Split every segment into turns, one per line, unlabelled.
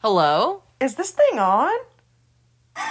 Hello?
Is this thing on?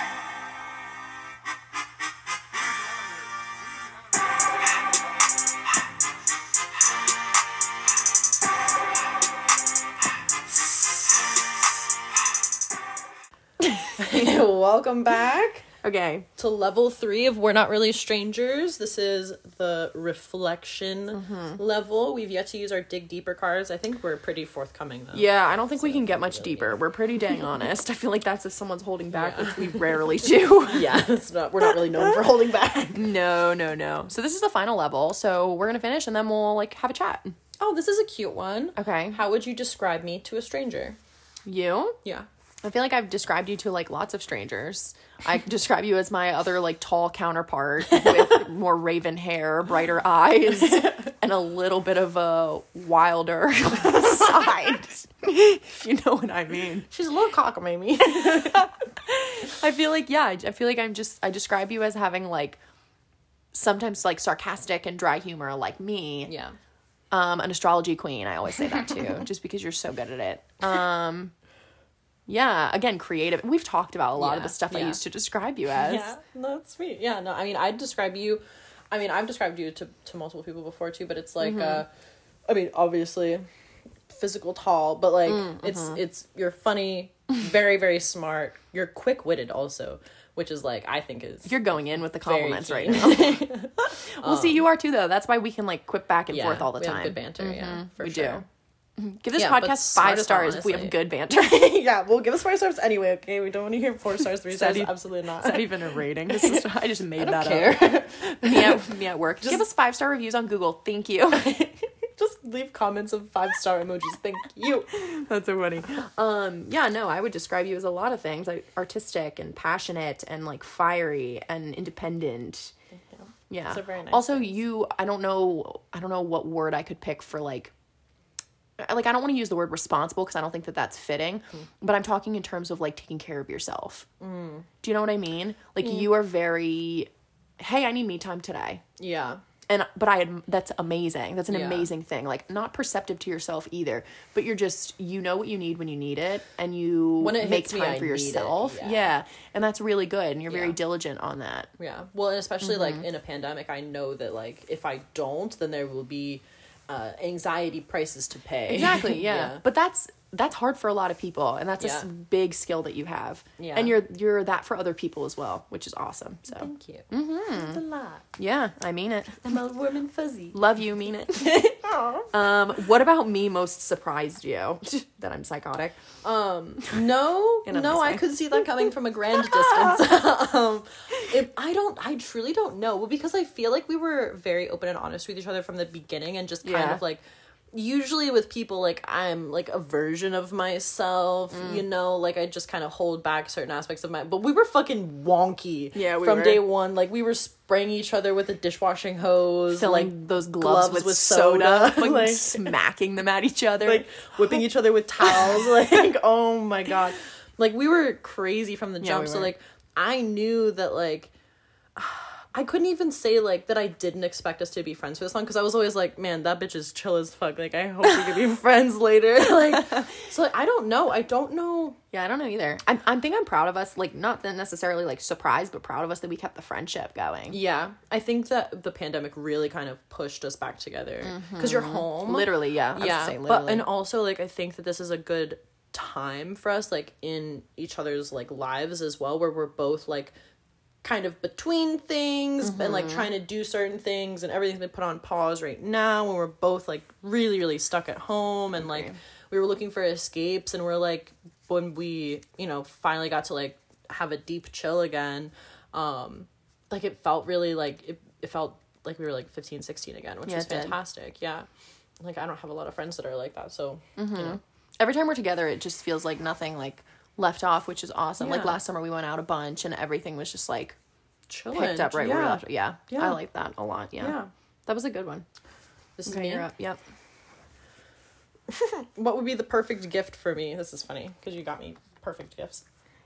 Welcome back.
Okay.
to level three of We're Not Really Strangers. This is the reflection level. We've yet to use our dig deeper cards. I think we're pretty forthcoming though.
Yeah, I don't think we can get much deeper. We're pretty dang honest. I feel like that's if someone's holding back, which we rarely do.
Yeah, it's not we're not really known for holding back.
No, no, no. So this is the final level. So we're gonna finish and then we'll like have a chat.
Oh, this is a cute one.
Okay.
How would you describe me to a stranger?
You?
Yeah.
I feel like I've described you to like lots of strangers. I describe you as my other like tall counterpart with more raven hair, brighter eyes, and a little bit of a wilder side. if you know what I mean.
She's a little cockamamie.
I feel like yeah, I I feel like I'm just I describe you as having like sometimes like sarcastic and dry humor like me.
yeah.
Um, an astrology queen. I always say that too, just because you're so good at it. Um, yeah. Again, creative. We've talked about a lot of
Yeah,
the stuff I
yeah.
used to describe you as.
Yeah, that's sweet. Yeah, no, I mean, I'd describe you. I mean, I've described you to, to multiple people before too, but it's like,
Mm-hmm.
uh, I mean, obviously, physical tall, but like,
Mm,
it's
mm-hmm.
it's you're funny, very very smart. You're quick witted also, which is like I think is
You're going in with the
very
compliments
key.
right now. Well, see, you are too, though. That's why we can like quip back and
yeah,
forth all the
we have
time. Mm-hmm.
good banter. Yeah, for
we
sure.
do. Mhm. Give this
Yeah, but
podcast
smart
five
as hell,
stars if we have
honestly.
good banter.
yeah, well, give us five stars anyway, okay? We don't want to hear four stars, three stars.
Study-
Absolutely not.
It's not even a rating. This is, I just made that up.
Care.
Me at, me at work. Give us five star reviews on Google. Thank you.
Just leave comments of five star emojis. Thank you.
That's so funny. Um, yeah, no, I would describe you as a lot of things, like artistic and passionate and like fiery and independent. Yeah.
Those are very nice
also, you. I don't know. I don't know what word I could pick for like. I- Like I don't want to use the word responsible because I don't think that that's fitting,
Hmm.
but I'm talking in terms of like taking care of yourself.
Mm.
Do you know what I mean? Like you are very, hey, I need me time today
yeah,
and but i adm- that's amazing that's an
Yeah.
amazing thing like not perceptive to yourself either but you're just you know what you need when you need it and you
When it
make
hits me,
time
I
for
need it,
yourself
yeah.
yeah. and that's really good and you're very
Yeah.
diligent on that
yeah. Well, and especially
Mm-hmm.
like in a pandemic, I know that like if I don't, then there will be uh, anxiety prices to pay.
exactly yeah. but that's that's hard for a lot of people and that's a s-
Yeah.
big skill that you have
Yeah.
and you're you're that for other people as well which is awesome so
Thank you. Mm-hmm. It's a lot.
yeah i mean it
I'm a warm and fuzzy.
love you mean it um what about me most surprised you that i'm psychotic
No,
In a
no,
nice
I
way.
could see that coming from a grand distance. um, if I don't, I truly don't know. Well, because I feel like we were very open and honest with each other from the beginning, and just kind
Yeah.
of like usually with people like I'm like a version of myself,
Mm.
you know, like I just kind of hold back certain aspects of my. But we were fucking wonky,
Yeah, we
from
were.
day one. Like we were spraying each other with a dishwashing hose,
filling
like
those gloves, with, soda, like, smacking them at each other.
Like whipping each other with towels. Like, oh my god.
like we were crazy from the jump
Yeah, we
so
were.
like i knew that like i couldn't even say like that i didn't expect us to be friends for this long because i was always like man that bitch is chill as fuck like i hope we can be friends later like so like, i don't know i don't know
yeah, I don't know either. I'm, I think I'm proud of us. Like, not that necessarily like surprised, but proud of us that we kept the friendship going.
yeah i think that the pandemic really kind of pushed us back together because you're
Mm-hmm.
home
Literally, yeah, I was
yeah
saying
but
literally.
and also like i think that this is a good time for us like in each other's like lives as well where we're both like kind of between things and like
Mm-hmm.
trying to do certain things and everything's been put on pause right now when we're both like really really stuck at home and like we were looking for escapes and we're like when we you know finally got to like have a deep chill again um like it felt really like it, it felt like we were like 15 16 again which
Yeah,
is
it did.
fantastic yeah like i don't have a lot of friends that are like that so
Mm-hmm. every time we're together, it just feels like nothing like left off, which is awesome. Like
Yeah.
last summer, we went out a bunch, and everything was just like
chilling
picked up right
yeah.
where we left. Yeah,
Yeah.
I like that a lot. Yeah,
Yeah.
that was a good one.
this
Okay,
is
you're
me
up. Yep.
what would be the perfect gift for me this is funny because you got me perfect gifts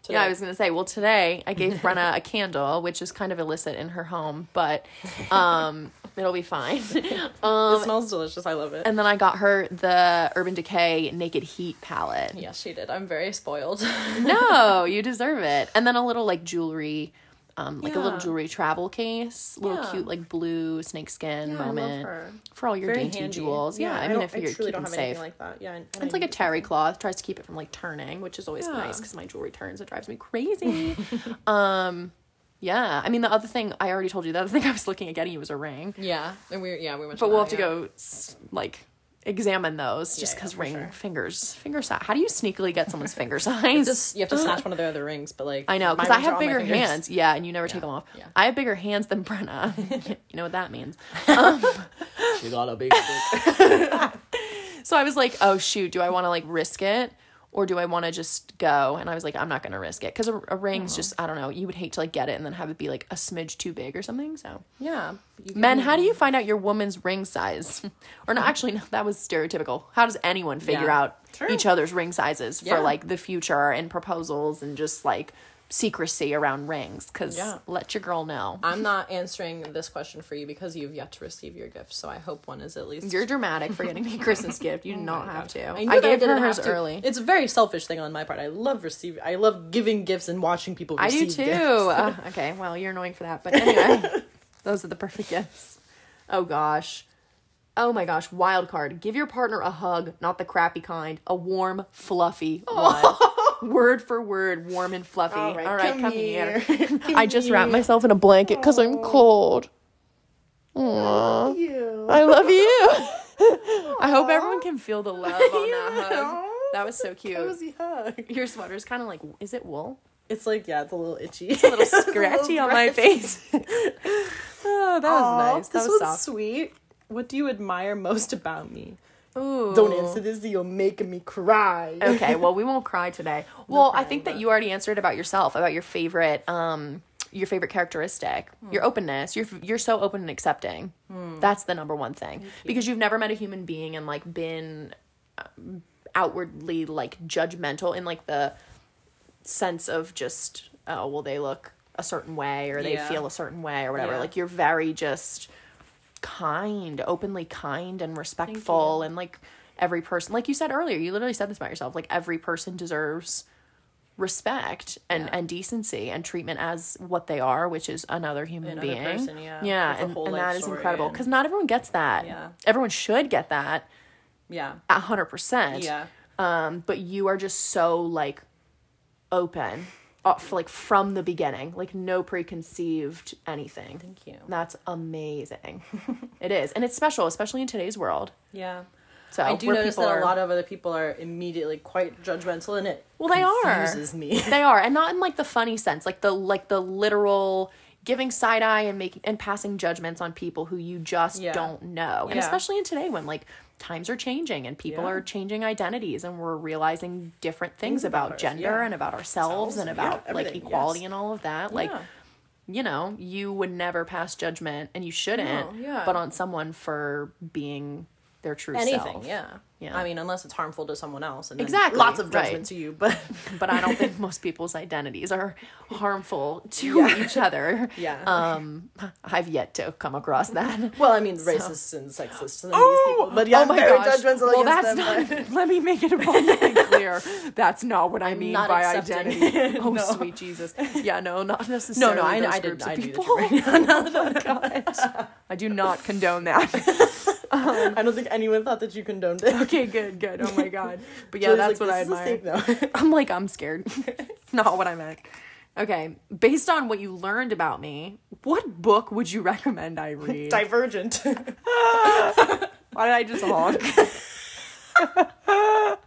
Yeah, I was gonna say. Well, today I gave Brenna a candle, which is kind of illicit in her home, but um, it'll be fine.
it smells delicious. I love it.
um, And then I got her the Urban Decay Naked Heat palette.
Yes, she did. I'm very spoiled.
No, you deserve it. And then a little like jewelry, um, like a little
Yeah.
jewelry travel case, little
Yeah.
cute like blue snakeskin
Yeah, I love
moment
her.
for all your
very
dainty
handy.
jewels. Yeah, I mean,
don't-
if you're
truly
keeping safe.
like that. Yeah, I- I don't
it's like a
need-
terry cloth tries to keep it from like turning which is always
Yeah.
nice because my jewelry turns it drives me crazy um yeah i mean the other thing i already told you the other thing i was looking at getting you was a ring
Yeah, and we yeah we went.
but
that,
we'll have to
yeah.
go s- like examine those just
yeah,
because
for
ring
sure.
fingers finger size how do you sneakily get someone's finger size
Just you have to snatch one of their other rings, but like
I know, because
mine
I
was
have
on my
bigger
fingers.
hands. Yeah, and you never take them off.
yeah.
I have bigger hands than Brenna. you know what that means.
She got a big. dick.
So I was like, oh shoot, do I want to like risk it or do I want to just go? And I was like, I'm not gonna risk it because a, a ring's just I don't know. You would hate to like get it and then have it be like a smidge too big or something. So
yeah, you can-
men, how do you find out your woman's ring size? or not actually, no, that was stereotypical. How does anyone figure
Yeah.
out
True.
each other's ring sizes
Yeah.
for like the future and proposals and just like secrecy around rings? Because
Yeah.
let your girl know.
I'm not answering this question for you because you've yet to receive your gift, so I hope one is at least.
You're dramatic for getting me a Christmas gift. You did not have to.
I, knew that
gave her
didn't have
hers
to.
early.
It's a very selfish thing on my part. I love receive. I love giving gifts and watching people.
I
Receive
do too.
gifts.
Uh, okay, well, you're annoying for that. But anyway, those are the perfect gifts. Oh gosh. Oh my gosh, wild card. Give your partner a hug, not the crappy kind, a warm, fluffy one. word for word, warm and fluffy. All right, come, here. I just wrapped myself in a blanket because I'm cold. Aww. I love you. I hope everyone can feel the love on that hug. That was so cute.
Cozy hug.
Your sweater's kind of like, is it wool?
It's like yeah, it's a little itchy.
A little scratchy on my face. oh, that was nice. That
This
was
one's
soft.
sweet. What do you admire most about me?
Ooh.
Don't answer this. You're making me cry.
okay, well, we won't cry today. Well, I think that you already answered about yourself, about your favorite, um, your favorite characteristic, your openness. You're you're so open and accepting. That's the number one thing because you've never met a human being and like been um, outwardly like judgmental in like the sense of just oh well they look a certain way or they
Yeah.
feel a certain way or whatever.
Yeah.
Like you're very just kind, openly kind and respectful and like every person like you said earlier, you literally said this about yourself, like every person deserves respect and,
Yeah.
and decency and treatment as what they are, which is another human
Another
being.
person, yeah. With a
and,
whole
and
life
that is
story
incredible.
and-
Because not everyone gets that.
Yeah.
Everyone should get that
Yeah.
a hundred percent.
Yeah.
Um, but you are just so like open. Off, like from the beginning, like no preconceived anything.
Thank you.
That's amazing. it is, and it's special, especially in today's world.
Yeah.
So
I do
where
notice
people
that
are-
a lot of other people are immediately quite judgmental, and it
Well, they are.
confuses me.
they are, and not in like the funny sense, like the like the literal giving side eye and making and passing judgments on people who you just
Yeah.
don't know, and
Yeah.
especially in today when like times are changing and people
Yeah.
are changing identities and we're realizing different things,
Things
about,
about us,
gender
yeah.
and about ourselves and
Ourselves,
about
yeah,
like
everything,
equality
yes.
and all of that, like.
Yeah.
You know, you would never pass judgment, and you shouldn't.
No, yeah.
But on someone for being their true
anything.
self.
Yeah.
Yeah.
I mean, unless it's harmful to someone else, and then
Exactly,
lots of
right.
judgment to you. But
but I don't think most people's identities are harmful to each other.
Yeah.
Um, I've yet to come across that.
well, I mean, racist and sexist and these people. But yeah,
Oh
I'm
my
very
gosh.
judgmental
well,
against
that's
them.
not. Let me make it abundantly clear. That's not what I mean
not
by
accepting.
identity. Oh, sweet Jesus. Yeah, no, not
no,
necessarily.
no, I,
those
I did.
groups
I
of
knew
people. Oh
that you were-
I do not condone that.
I don't think anyone thought that you condoned it.
okay, good, good. Oh my God. But yeah,
Julie's
that's
like,
what I
"This is a
admire.
safe though.
I'm like, I'm scared. Not what I meant. Okay, based on what you learned about me, what book would you recommend I read?
Divergent.
Why did I just honk?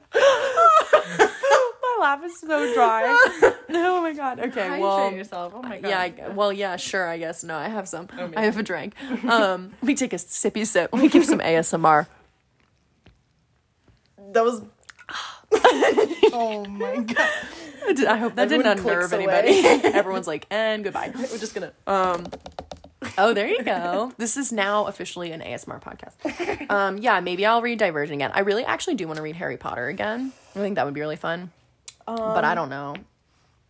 my laugh is so dry. Oh my god. Okay. well.
yourself. Oh my
Yeah. I, well. Yeah. Sure. I guess. No. I have some.
me
I have a drink. Um. Let me take a sippy sip. Let me give some ASMR.
that was. oh my god.
I did- I hope that
Everyone
didn't
clicks
unnerve anybody. Everyone's like, and goodbye.
We're just gonna.
Oh, there you go. This is now officially an ASMR podcast. Um, yeah, maybe I'll read Divergent again. I really actually do want to read Harry Potter again. I think that would be really fun. but I don't know.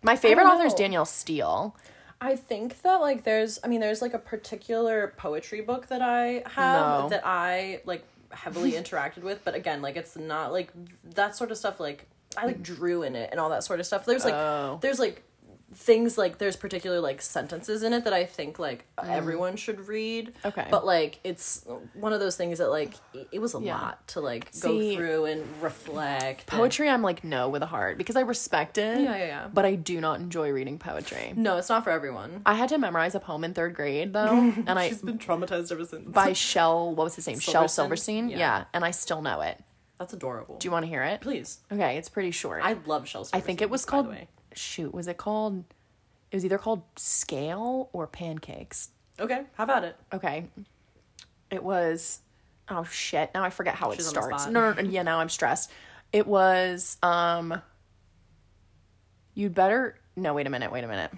My favorite author is
Um, know.
Danielle Steele.
I think that like there's I mean there's like a particular poetry book that I have
No.
that I like heavily interacted with, but again, like it's not like that sort of stuff like I like drew in it and all that sort of stuff. There's like
Oh.
there's like things like there's particular like sentences in it that I think like everyone should read.
Mm. Okay.
But like it's one of those things that like it- it was a
Yeah.
lot to like go
See-
through and reflect. and-
Poetry, I'm like no with a heart because I respect it.
Yeah, yeah, yeah.
But I do not enjoy reading poetry.
no, it's not for everyone.
I had to memorize a poem in third grade though, and I
been traumatized ever since.
by Shell. What was his name? Shell
Silverstein?
Silverstein.
Yeah.
Yeah. and I still know it.
That's adorable.
Do you want to hear it?
Please.
Okay, it's pretty short.
I love shells.
I think it was
By
called.
the way.
Shoot, was it called? It was either called scale or pancakes.
Okay, how about it?
Okay, it was. Oh shit! Now I forget how
She's
it
on the
starts.
spot.
No, no, no, yeah. Now I'm stressed. It was. Um. You'd better. No, wait a minute. Wait a minute.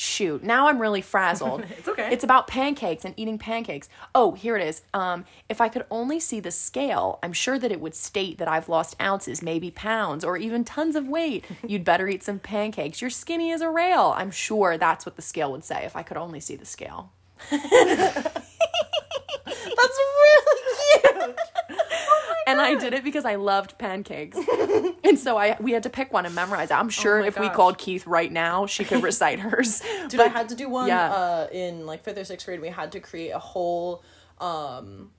Shoot. Now I'm really frazzled.
It's okay.
It's about pancakes and eating pancakes. Oh, here it is. Um, if I could only see the scale, I'm sure that it would state that I've lost ounces, maybe pounds, or even tons of weight. You'd better eat some pancakes. You're skinny as a rail. I'm sure that's what the scale would say if I could only see the scale.
That's really cute.
And I did it because I loved pancakes. and so I we had to pick one and memorize it. I'm sure
my
if we
gosh.
called Keith right now, she could recite hers.
Dude, I had to do one
yeah.
uh, in like fifth or sixth grade. We had to create a whole. Um,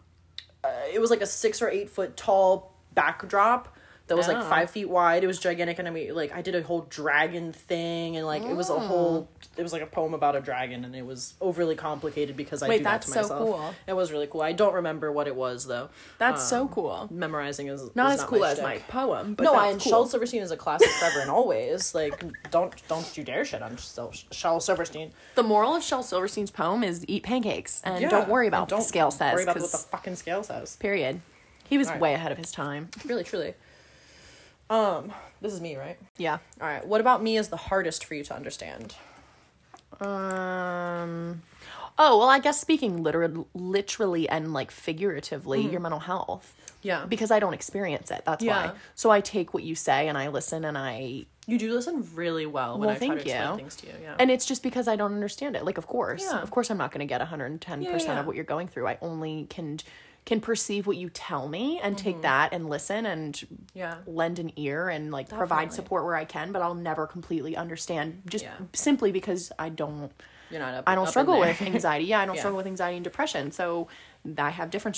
uh, it was like a six or eight foot tall backdrop that was like
Oh.
five feet wide. It was gigantic, and I mean, like I did a whole dragon thing, and like it was
Ah.
a whole. It was like a poem about a dragon, and it was overly complicated because I
Wait,
do that to
that's so
myself.
cool.
It was really cool. I don't remember what it was though.
That's
Um,
so cool.
Memorizing is is
Not as cool as
shtick.
my poem, but
no,
that's
I and
cool.
Shel Silverstein is a classic forever and always. Like, don't don't you dare shit on Shel, Shel Silverstein.
The moral of Shel Silverstein's poem is eat pancakes and
Yeah,
don't worry
and
about what the scale says.
Worry about what
'cause-
the fucking scale says.
period. He was
Alright.
way ahead of his time.
Really, truly. Um, this is me, right?
Yeah.
All right. What about me is the hardest for you to understand?
Um. Oh well, I guess speaking literally, literally and like figuratively, your mental health.
Mm-hmm. Yeah.
Because I don't experience it. That's
Yeah.
why. So I take what you say and I listen and I
You do listen really well when
Well,
I try to
thank
explain
you.
things to you. Yeah.
And it's just because I don't understand it. Like, of course,
Yeah.
of course, I'm not going to get 110
Yeah,
percent
yeah.
of what you're going through. I only can can perceive what you tell me and take that and listen and
Mm-hmm. Yeah.
lend an ear and like provide
Definitely.
support where I can. But I'll never completely understand just
Yeah.
simply because I don't.
You're not up.
I don't
up in
struggle
there.
with anxiety. Yeah, I don't
Yeah.
struggle with anxiety and depression. So I have different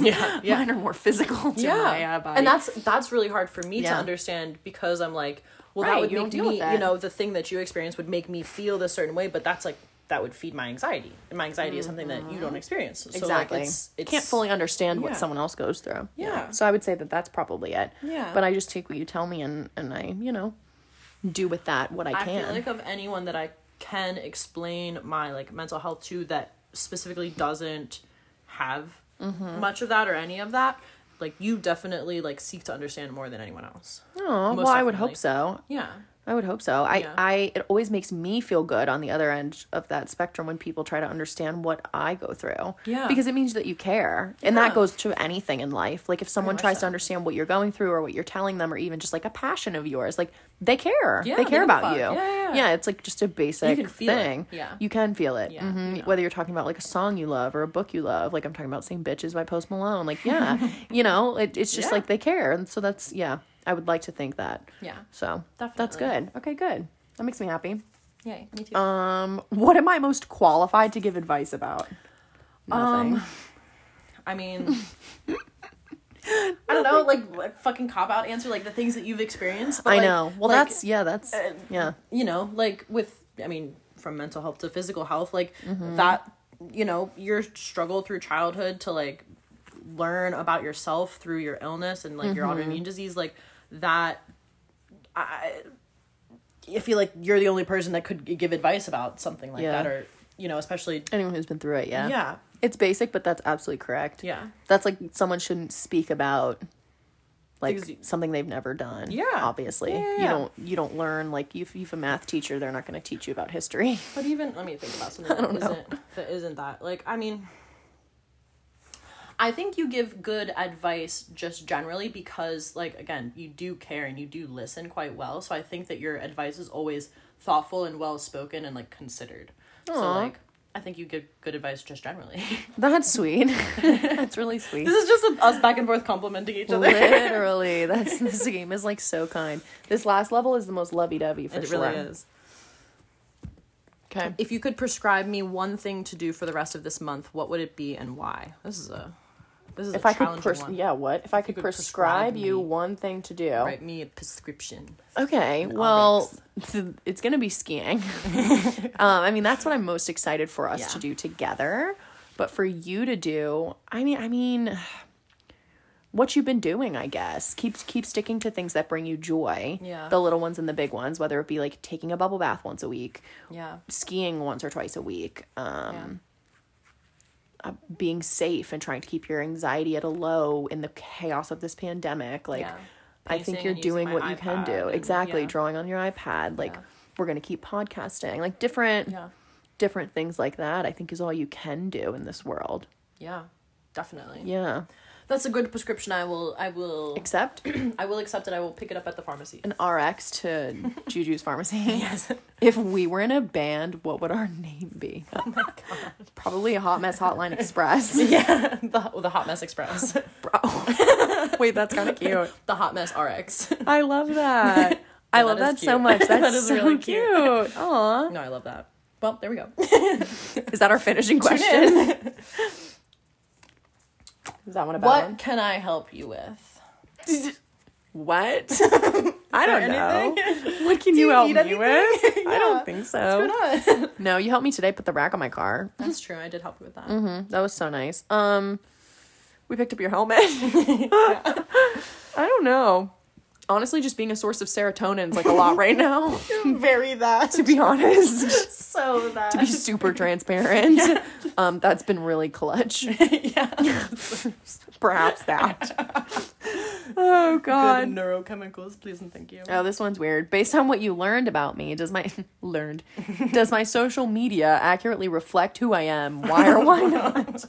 Yeah, yeah.
Mine are more physical to my uh, body.
And that's that's really hard for me to
Yeah.
understand because I'm like, well, that
Right,
would
you
make
don't deal
me,
with
you
that.
know, the thing that you experience would make me feel this certain way, but that's like that would feed my anxiety, and my anxiety is something that you don't experience. So
exactly.
Like, it's, it's
Can't fully understand
yeah.
what someone else goes through.
Yeah.
So I would say that that's probably it.
Yeah.
But I just take what you tell me and and I you know do with that what I
I
can.
feel like of anyone that I can explain my like mental health to that specifically doesn't have much of that or any of that. Like you definitely like seek to understand more than anyone else.
oh well,
most
I would
definitely.
hope so.
Yeah.
I would hope so. I
Yeah.
I it always makes me feel good on the other end of that spectrum when people try to understand what I go through.
Yeah.
Because it means that you care, and
Yeah.
that goes to anything in life. Like if someone
much
tries
so.
to understand what you're going through or what you're telling them, or even just like a passion of yours, like they care.
Yeah,
they
they
care
give a
about
fuck.
you.
Yeah, yeah, yeah.
It's like just a basic
can feel it.
thing.
Yeah.
You can feel it.
Yeah,
Mhm.
yeah.
Whether you're talking about like a song you love or a book you love, like I'm talking about "Same Bitches" by Post Malone. Like yeah, you know, it, it's just
Yeah.
like they care, and so that's yeah. I would like to think that.
Yeah.
So that's
Definitely.
good. Okay, good. That makes me happy.
Yeah. Me too.
Um, what am I most qualified to give advice about? Um, Nothing.
I mean, I don't know, like what fucking cop out answer, like the things that you've experienced. But,
I
like-
know. Well,
like,
that's yeah. That's
uh,
yeah.
you know, like with I mean, from mental health to physical health, like
Mm-hmm.
that, you know, your struggle through childhood to like learn about yourself through your illness and like your
Mm-hmm.
autoimmune disease, like that. I, I feel like you're the only person that could give advice about something like
Yeah.
that, or you know, especially
Anyone who's been through it, yeah.
yeah,
It's basic, but that's absolutely correct.
yeah.
That's like someone shouldn't speak about like
Things you-
something they've never done.
Yeah.
Obviously.
Yeah, yeah,
You
yeah.
don't you don't learn like if you've a math teacher, they're not gonna teach you about history.
But even let me think about something that isn't that isn't that. Like I mean, I think you give good advice just generally because, like, again, you do care and you do listen quite well. So I think that your advice is always thoughtful and well spoken and like considered. So
Aw.
like, I think you give good advice just generally.
That's sweet. that's really sweet.
this is just a, us back and forth complimenting each other.
Literally, that's this game is like so kind. This last level is the most lovey-dovey for
it
sure.
really is.
Okay.
If you could prescribe me one thing to do for the rest of this month, what would it be and why? This is a this is
If
a
I could
challenging
pers-
one.
yeah, what if I could,
could
prescribe,
prescribe
you
me-
one thing to do?
Write me a prescription.
Okay, well, th- it's gonna be skiing. um, I mean, that's what I'm most excited for us
Yeah.
to do together. But for you to do, I mean, I mean, what you've been doing, I guess. Keep keep sticking to things that bring you joy.
Yeah.
the little ones and the big ones, whether it be like taking a bubble bath once a week,
Yeah.
skiing once or twice a week, um, being safe and trying to keep your anxiety at a low in the chaos of this pandemic. Like,
Yeah.
I think
Pacing
you're
and using
doing
my
what you can
iPad
do.
and-
exactly.
yeah.
Drawing on your iPad. Like,
Yeah.
we're going to keep podcasting. Like, different.
Yeah.
Different things like that, I think, is all you can do in this world.
Yeah. Definitely.
Yeah.
That's a good prescription. I will. I will.
Except
I will accept it. I will pick it up at the pharmacy.
an RX to Juju's Pharmacy. yes. If we were in a band, what would our name be? Oh my God. Probably a Hot Mess Hotline Express.
Yeah. the oh, the hot mess express.
Wait, that's kind of cute.
the hot mess RX.
I love that. I love
that
that
is
so
cute.
much. That's
That is
so
really
cute. Oh.
cute.
Aw.
No, I love that. Well, there we go.
Is that our finishing question? Is that one a bad
what can I help you with?
one? What? I don't know. What can you,
you
help me
need anything?
with? I
Yeah.
don't think so.
on?
No, you helped me today put the rack on my car.
That's true. I did help you with that.
Mm, that was so nice. Um, we picked up your helmet. I don't know. Honestly, just being a source of serotonin is like a lot right now.
Very that.
to be honest.
So that.
to be super transparent. Um, that's been really clutch.
yeah.
Perhaps that. oh
Good
God.
neurochemicals, please and thank you.
Oh, this one's weird. Based on what you learned about me, does my learned does my social media accurately reflect who I am? Why or why not?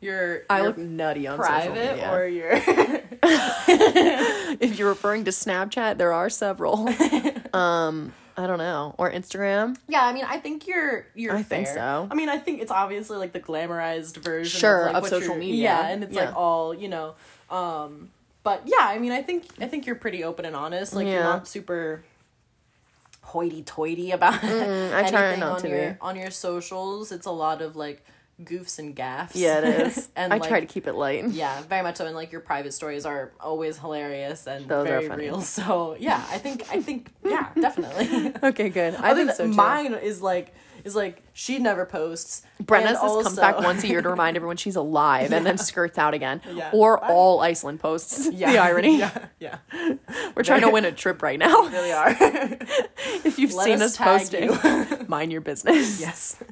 You're,
I look nutty on social
private
media.
or you're
if you're referring to Snapchat, there are several. um, I don't know, or Instagram.
yeah i mean i think you're you're
I think
fair.
so.
i mean i think it's obviously like the glamorized version of,
Sure,
like,
of
what
social
you're-
media.
yeah and it's
Yeah.
like all you know um but yeah i mean i think i think you're pretty open and honest like
Yeah.
you're not super hoity-toity about
Mm, I try
anything
not
on
to
your
be.
on your socials it's a lot of like goofs and gaffs
Yeah, it is.
and
I
like,
try to keep it light.
yeah, very much so. And like your private stories are always hilarious and
Those are
very
funny.
real. So yeah, I think I think yeah, definitely.
Okay, good. I
I
think
think
so too.
mine is like is like she never posts.
Brenna
and
just comes
also-
back once a year to remind everyone she's alive and then skirts out again.
Yeah.
Or
Bye.
all Iceland posts. The irony.
Yeah, yeah,
We're trying to win a trip right now.
really are.
If you've
Let
seen us,
us tag
posting, mind your business.
yes.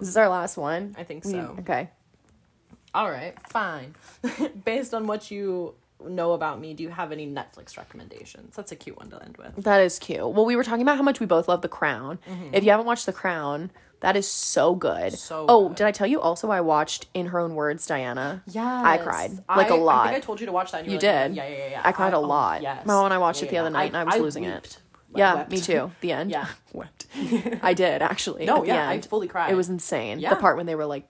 This is our last one.
I think
We-
so.
Okay.
All right, fine. Based on what you know about me, do you have any Netflix recommendations? That's a cute one to end with.
That is cute. Well, we were talking about how much we both love The Crown. If you haven't watched The Crown, that is so good.
Mm-hmm. So
oh,
good.
did I tell you also I watched In Her Own Words, Diana?
Yeah,
I cried, like, a
a
lot.
I think I told you to watch that. And you
You
were like,
did.
Yeah, yeah, yeah, oh, yeah.
I cried
a
a lot. My mom and I watched it the other night and I was losing it. yeah, me too. The end.
Yeah.
Wept. I did actually.
No,
at the
yeah, I
end.
fully cried.
It was insane.
Yeah.
The part when they were like,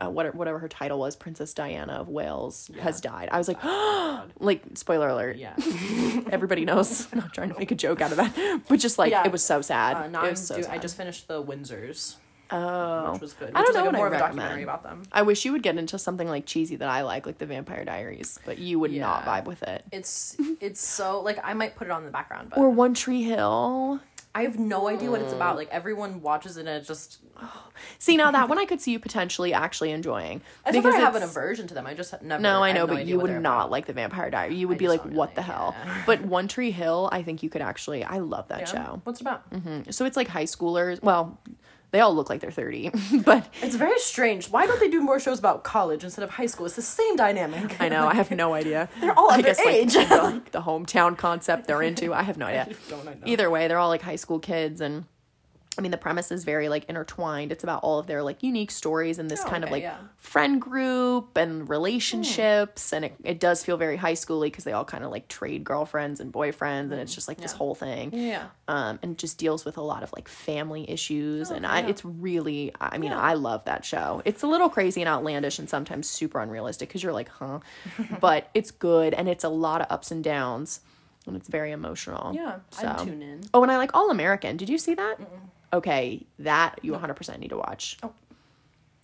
uh, what, whatever her title was, Princess Diana of Wales has died. I was like, like spoiler alert.
Oh Yeah.
Everybody knows. I'm not trying to make a joke out of that, but just like
Yeah.
it was so sad.
Uh, now
it
I'm
was so
do-
sad.
I just finished the Windsors,
oh.
which was good. Which
I don't
is,
know
like, a
what I
more of a
recommend.
documentary about them.
I wish you would get into something like cheesy that I like, like The Vampire Diaries, but you would not
Yeah.
vibe with it.
It's it's so like I might put it on in the background, but
Or One Tree Hill.
I have no idea what it's about. Like everyone watches it and it just
See now that one I could see you potentially actually enjoying
I because I have an
it's-
aversion to them. I just ha- never.
No, I
have
know,
no
but
idea
you
what
would
they're
not
about.
like The Vampire Diaries. You would
I
be
just
like,
don't
"What
really
the hell?"
care.
But One Tree Hill, I think you could actually. I love that
Yeah?
show.
What's it about? Mm-hmm.
So it's like high schoolers. Well, they all look like they're thirty, but
It's very strange. Why don't they do more shows about college instead of high school? It's the same dynamic.
I know I have no idea.
They're all
I guess like
underage.
the, the hometown concept they're into. I have no idea.
Don't I know?
Either way, they're all like high school kids, and I mean, the premise is very like intertwined. It's about all of their like unique stories and this
Oh,
kind of
okay,
like
yeah.
friend group and relationships. And it, it does feel very high schooly because they all kind of like trade girlfriends and boyfriends. And it's just like this
Yeah.
whole thing.
Yeah.
Um, and just deals with a lot of like family issues. and I,
Oh, yeah.
it's really, I mean,
Yeah.
I love that show. It's a little crazy and outlandish and sometimes super unrealistic because you're like, huh? but it's good and it's a lot of ups and downs. And it's very emotional.
Yeah.
I'd
So-
tune in.
Oh, and I like All American. Did you see that? Okay, that you 100% need to watch.
Oh.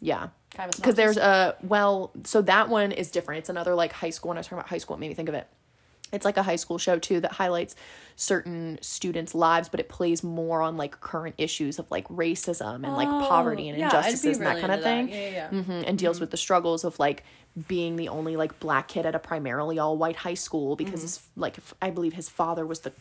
Yeah.
Kind of a
Because there's a, well, so that one is different. It's another like high school. When I was talking about high school, it made me think of it. It's like a high school show too that highlights certain students' lives, but it plays more on like current issues of like racism and like
Oh,
poverty and
Oh, yeah, I'd be
injustices and that
really
kind of
into that.
thing.
Yeah, yeah, yeah.
Mhm, and
Mm-hmm.
deals with the struggles of like being the only like black kid at a primarily all white high school because
Mm-hmm.
his, like if, I believe his father was the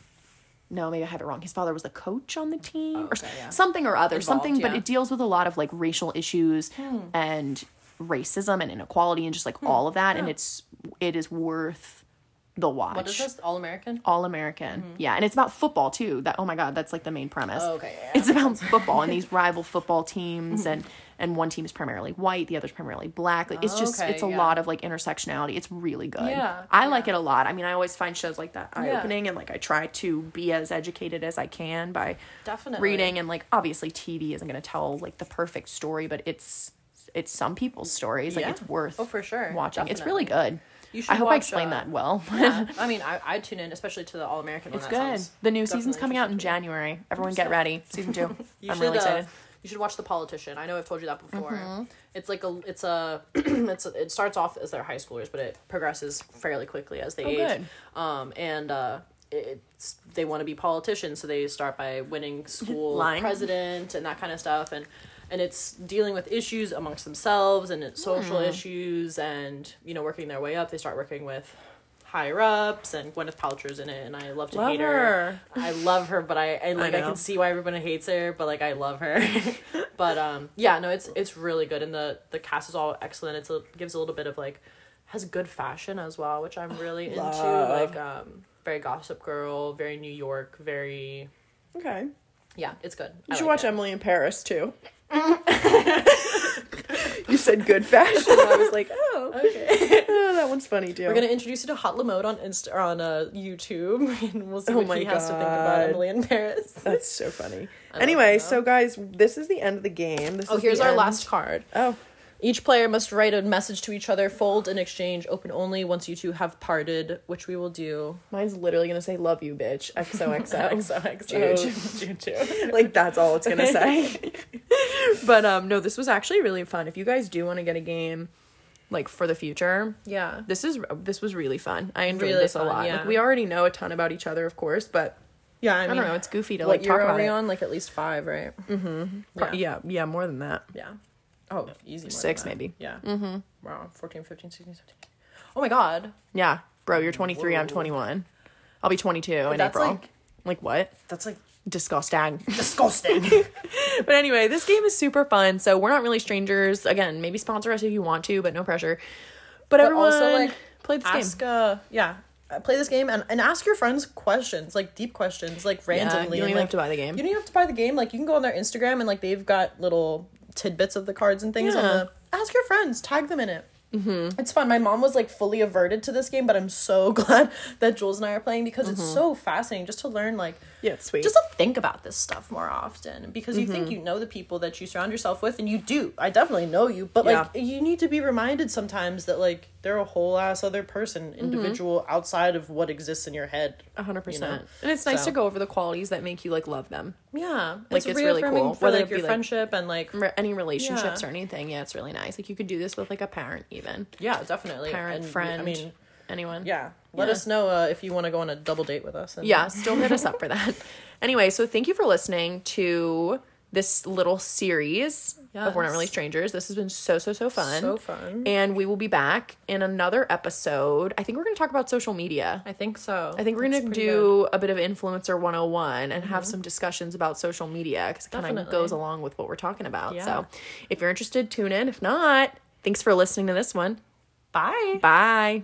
no maybe I have it wrong his father was the coach on the team
Oh,
or s-
okay, yeah.
something or other something but
yeah.
it deals with a lot of like racial issues
Hmm.
and racism and inequality and just like all of that and it's it is worth the watch
What is this? All American?
all American. Yeah, and it's about football too. That oh my god, that's like the main premise.
Oh, okay, yeah, Mm-hmm.
It's about football and these rival football teams and and one team is primarily white, the other's primarily black. Like, it's just
Okay,
it's a
yeah.
lot of like intersectionality. It's really good.
Yeah,
I like it a lot. I mean, I always find shows like that eye
Yeah.
opening and like I try to be as educated as I can by
Definitely.
reading and like obviously TV isn't going to tell like the perfect story, but it's it's some people's stories. Like
Yeah.
it's worth
Oh, for sure.
watching. It's really good.
You should
I hope I
watch,
explained
uh,
that well.
Yeah, I mean, I, I tune in, especially to the All American.
It's good. The new season's coming out in January. Everyone get ready. Oh, Season two.
You
I'm
should,
really
uh,
excited. Mm-hmm.
you should watch The Politician. I know I've told you that before. It's like a, it's a, it's a, it starts off as they're high schoolers, but it progresses fairly quickly as they
Oh,
age. Um, and uh, it- it's they want to be politicians, so they start by winning school
Lying.
president and that kind of stuff, and and it's dealing with issues amongst themselves and it's social issues, and you know working their way up. They start working with higher ups, and Gwyneth Paltrow's in it, and I love to hate I love her, but I, I like I,
know.
can see why everybody hates her, but like I love her. but um yeah, no, it's it's really good and the the cast is all excellent. It's a, gives a little bit of like has good fashion as well, which I'm really
Love.
into. Like um very gossip girl, very New York, very
Okay. You
yeah, it's good. I
should
like
watch
it.
Emily in Paris too. you said good fashion. I was like, oh,
Okay.
oh, that one's funny too.
We're gonna introduce you to Hot Lamode on Insta or on uh, YouTube, and we'll see
Oh
what
my
he has to think
God.
about Emily in Paris.
That's so funny. Anyway,
that.
so guys, this is the end of the game. This
Oh,
is
here's
the
our
end.
last card.
Oh,
Each player must write a message to each other, fold and exchange, open only once you two have parted, which we will do.
mine's literally gonna say "Love you, bitch." XOXO. like that's all it's gonna say.
But um no, this was actually really fun. If you guys do want to get a game like for the future,
Yeah.
this is this was really fun. I enjoyed
Really
this a
fun,
lot.
yeah.
Like we already know a ton about each other, of course, but
Yeah, I
I,
mean,
don't know, it's goofy to
what
like talk
year are
about
we
it.
on? Like at least five, right?
Pro-
Mm-hmm. Yeah.
yeah, yeah, more than that.
yeah. Oh, easy. more than
Six,
that.
maybe.
Yeah. Mm-hmm. Wow. 14, 15, 16, 17. Oh my God.
Yeah, bro, you're 23, I'm
Whoa.
21. I'll be 22 in
that's
April.
like-
like what?
That's like
Disgusting.
disgusting.
but anyway, this game is super fun. So we're not really strangers. Again, maybe sponsor us if you want to, but no pressure. But, everyone,
also, like,
play this
ask,
game.
uh, yeah. uh, Play this game and, and ask your friends questions, like deep questions, like randomly.
you
and,
don't even
like,
have to buy the game.
You don't even have to buy the game. Like you can go on their Instagram and like they've got little tidbits of the cards and things. On
Yeah.
the, ask your friends, tag them in it. Mm-hmm. It's fun. My mom was like fully averted to this game, but I'm so glad that Jules and I are playing because
Mm-hmm.
it's so fascinating just to learn like
Yeah, it's sweet.
just to think about this stuff more often because you
Mm-hmm.
think you know the people that you surround yourself with and you do. I definitely know you, but like you need to be reminded sometimes that like they're a whole ass other person,
Mm-hmm.
individual outside of what exists in your head.
100%.
you know?
And it's nice
So-
to go over the qualities that make you like love them.
Yeah,
Like, it's really
reaffirming
cool,
for
whether it
like
be,
your
like-
friendship and like
Re- Any relationships
Yeah.
or anything. Yeah, it's really nice. Like you could do this with like a parent even.
yeah, definitely
Parent,
And we-
friend.
I mean,
Anyone.
yeah. Let
Yeah.
us know uh, if you want to go on a double date with us. And
yeah, still hit us up for that. Anyway, so thank you for listening to this little series of We're Not
Yes.
Really Strangers. This has been so, so, so fun.
So fun.
And we will be back in another episode. I think we're going to talk about social media.
I think so.
I think we're
That's
going
pretty
to
Mm-hmm.
do a bit of Influencer 101 and have some discussions about social media because it kind of
Definitely.
goes along with what we're talking about.
Yeah.
So if you're interested, tune in. If not, thanks for listening to this one.
good. Bye.
Bye.